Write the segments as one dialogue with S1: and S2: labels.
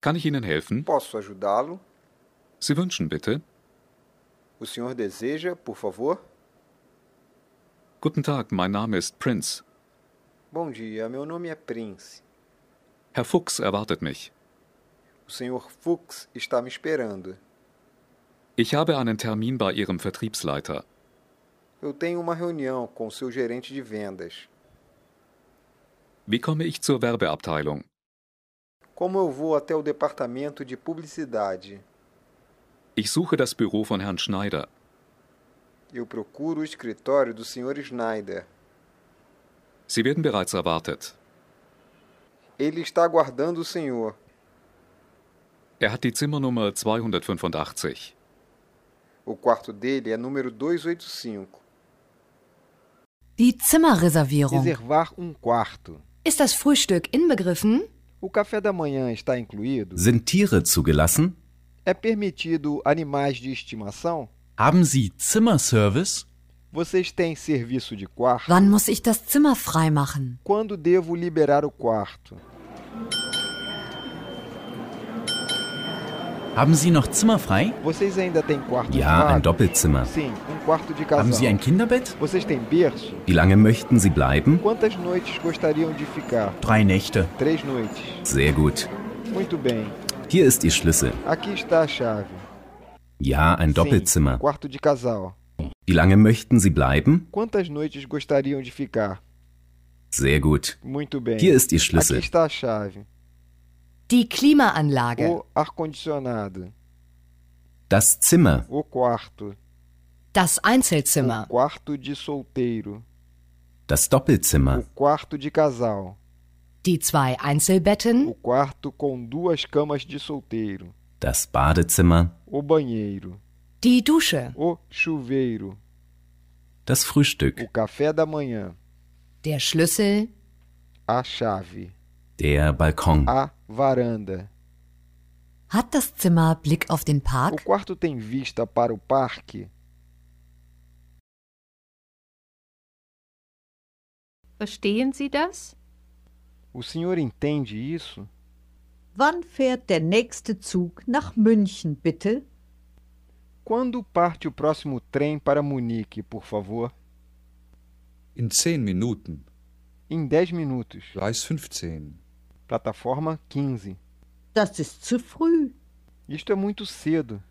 S1: Kann ich Ihnen helfen?
S2: Posso ajudá-lo?
S1: Sie wünschen bitte.
S2: O senhor deseja, por favor?
S1: Guten Tag, mein Name ist Prince.
S2: Bom dia, meu nome é Prince.
S1: Herr Fuchs erwartet mich.
S2: O senhor Fuchs está me esperando.
S1: Ich habe einen Termin bei Ihrem Vertriebsleiter.
S2: Eu tenho uma reunião com seu gerente de vendas.
S1: Wie komme ich zur Werbeabteilung?
S2: Como eu vou até o departamento de publicidade?
S1: Ich suche das Büro von Herrn Schneider.
S2: Eu procuro o escritório do senhor Schneider.
S1: Sie werden bereits erwartet.
S2: Ele está aguardando o senhor.
S1: Er hat die Zimmernummer 285.
S2: O quarto dele é número 285.
S3: Die Zimmerreservierung.
S2: Reservar um quarto.
S3: Ist das Frühstück inbegriffen?
S2: O café da manhã está incluído?
S4: Sind Tiere zugelassen?
S2: É permitido animais de estimação?
S4: Haben Sie Zimmerservice?
S2: Vocês têm serviço de quarto?
S3: Wann muss ich das Zimmer freimachen?
S2: Quando devo liberar o quarto?
S4: Haben Sie noch Zimmer frei?
S2: Vocês ainda têm quarto
S4: Ja,
S2: vago?
S4: ein Doppelzimmer.
S2: Sim, um quarto de casal.
S4: Haben Sie ein Kinderbett?
S2: Vocês têm berço?
S4: Wie lange möchten Sie bleiben?
S2: Quantas noites gostariam de ficar?
S4: Drei Nächte.
S2: Três noites.
S4: Sehr gut.
S2: Muito bem.
S4: Hier ist Ihr Schlüssel.
S2: Aqui está a chave.
S4: Ja, ein
S2: Sim,
S4: Doppelzimmer.
S2: quarto de casal.
S4: Wie lange möchten Sie bleiben?
S2: Quantas noites gostariam de ficar?
S4: Sehr gut.
S2: Muito bem.
S4: Hier ist Ihr
S2: Aqui
S4: Schlüssel.
S2: está a chave.
S3: Die Klimaanlage.
S2: O ar-condicionado.
S4: Das Zimmer.
S2: O quarto.
S3: Das
S2: O
S3: Einzelzimmer.
S2: quarto de solteiro.
S4: Das
S2: O
S4: Doppelzimmer.
S2: quarto de casal.
S3: Die zwei Einzelbetten.
S2: O quarto com duas camas de solteiro.
S4: Das Badezimmer.
S2: O banheiro.
S3: Die Dusche.
S2: O chuveiro.
S4: Das Frühstück.
S2: O café da manhã.
S3: Der Schlüssel.
S2: A chave.
S4: Der Balkon.
S2: A varanda.
S3: Hat das Zimmer Blick auf den
S2: O
S3: Park?
S2: quarto tem vista para o parque?
S5: Verstehen Sie das?
S2: O senhor entende isso?
S6: Wann fährt der nächste Zug nach München, bitte?
S2: Quando parte o próximo trem para Munique, por favor?
S7: In 10 Minuten,
S2: Em 10 minutos.
S7: Gleis 15.
S2: Plataforma 15.
S6: Das ist zu früh.
S2: Isto é muito cedo.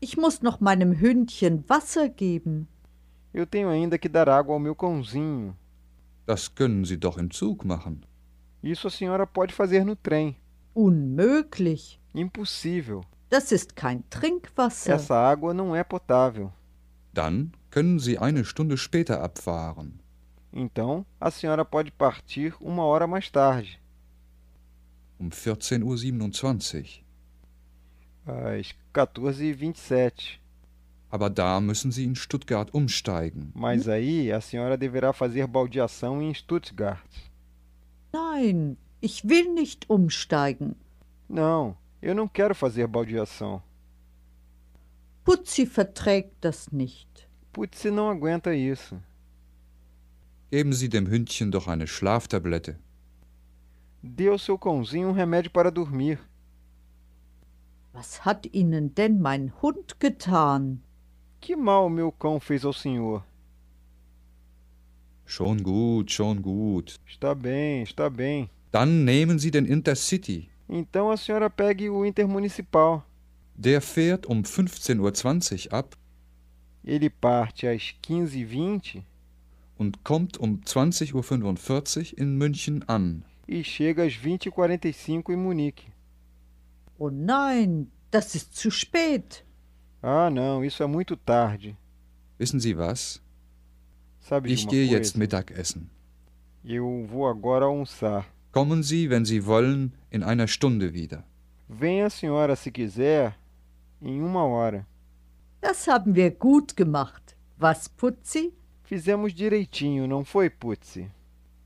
S6: Ich muss noch meinem Hündchen Wasser geben.
S2: Eu tenho ainda que dar água ao meu cãozinho.
S7: Das können Sie doch im Zug machen.
S2: Isso a senhora pode fazer no trem.
S6: Unmöglich.
S2: Impossível.
S6: Das ist kein Trinkwasser.
S2: Essa água não é potável.
S7: Dann können Sie eine Stunde später abfahren.
S2: Então, a senhora pode partir uma hora mais tarde.
S7: Um 14.27 Uhr.
S2: Às 14h27.
S7: Aber da müssen Sie in Stuttgart umsteigen.
S2: Mas aí a senhora deverá fazer baldeação em Stuttgart.
S6: Nein, ich will nicht umsteigen.
S2: Não, eu não quero fazer baldeação.
S6: Putzi verträgt das nicht.
S2: Putz, você não aguenta isso.
S7: Geben Sie dem Hündchen doch eine Schlaftablette.
S2: Dê ao seu cãozinho um remédio para dormir.
S6: Was hat Ihnen denn mein Hund getan?
S2: Que mal o meu cão fez ao senhor?
S7: Schon gut, schon gut.
S2: Está bem, está bem.
S7: Dann nehmen Sie den Intercity.
S2: Então a senhora pegue o intermunicipal.
S7: Der fährt um 15.20 Uhr ab
S2: Ele parte às 15h20
S7: und kommt um 20.45 Uhr in München an.
S2: e chega às 20h45 em Munique.
S6: Oh nein, das ist zu spät.
S2: Ah, não, isso é muito tarde.
S7: Wissen Sie was?
S2: Sabe de
S7: Ich
S2: uma
S7: gehe jetzt
S2: coisa?
S7: Mittagessen.
S2: Eu vou agora almoçar.
S7: Kommen Sie, wenn Sie wollen, in einer Stunde wieder.
S2: Venha a senhora, se quiser, em uma hora.
S6: Das haben wir gut gemacht. Was, Putzi?
S2: Fizemos direitinho, não foi, Putzi?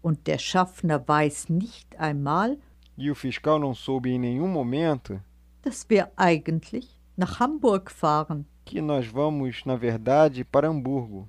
S6: Und der Schaffner weiß nicht einmal,
S2: E o fiscal não soube em nenhum momento
S6: dass wir eigentlich nach Hamburg fahren.
S2: que nós vamos, na verdade, para Hamburgo.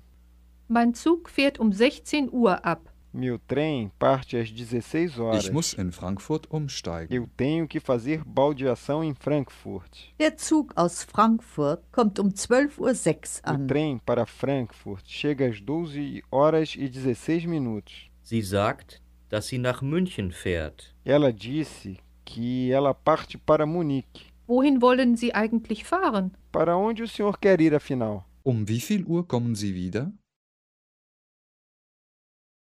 S5: Mein Zug fährt um 16 Uhr ab.
S2: Meu trem parte às 16 horas.
S7: Ich muss in Frankfurt umsteigen.
S2: Eu tenho que fazer baldeação em Frankfurt.
S6: Der Zug aus Frankfurt kommt um 12.06 Uhr
S2: O
S6: an.
S2: trem para Frankfurt chega às 12 horas e 16 minutos.
S8: Sie sagt, dass sie nach München fährt.
S2: Ela disse que ela parte para Munique.
S5: Wohin wollen Sie eigentlich fahren?
S2: Para onde o senhor quer ir, afinal?
S7: Um wie viel Uhr kommen Sie wieder?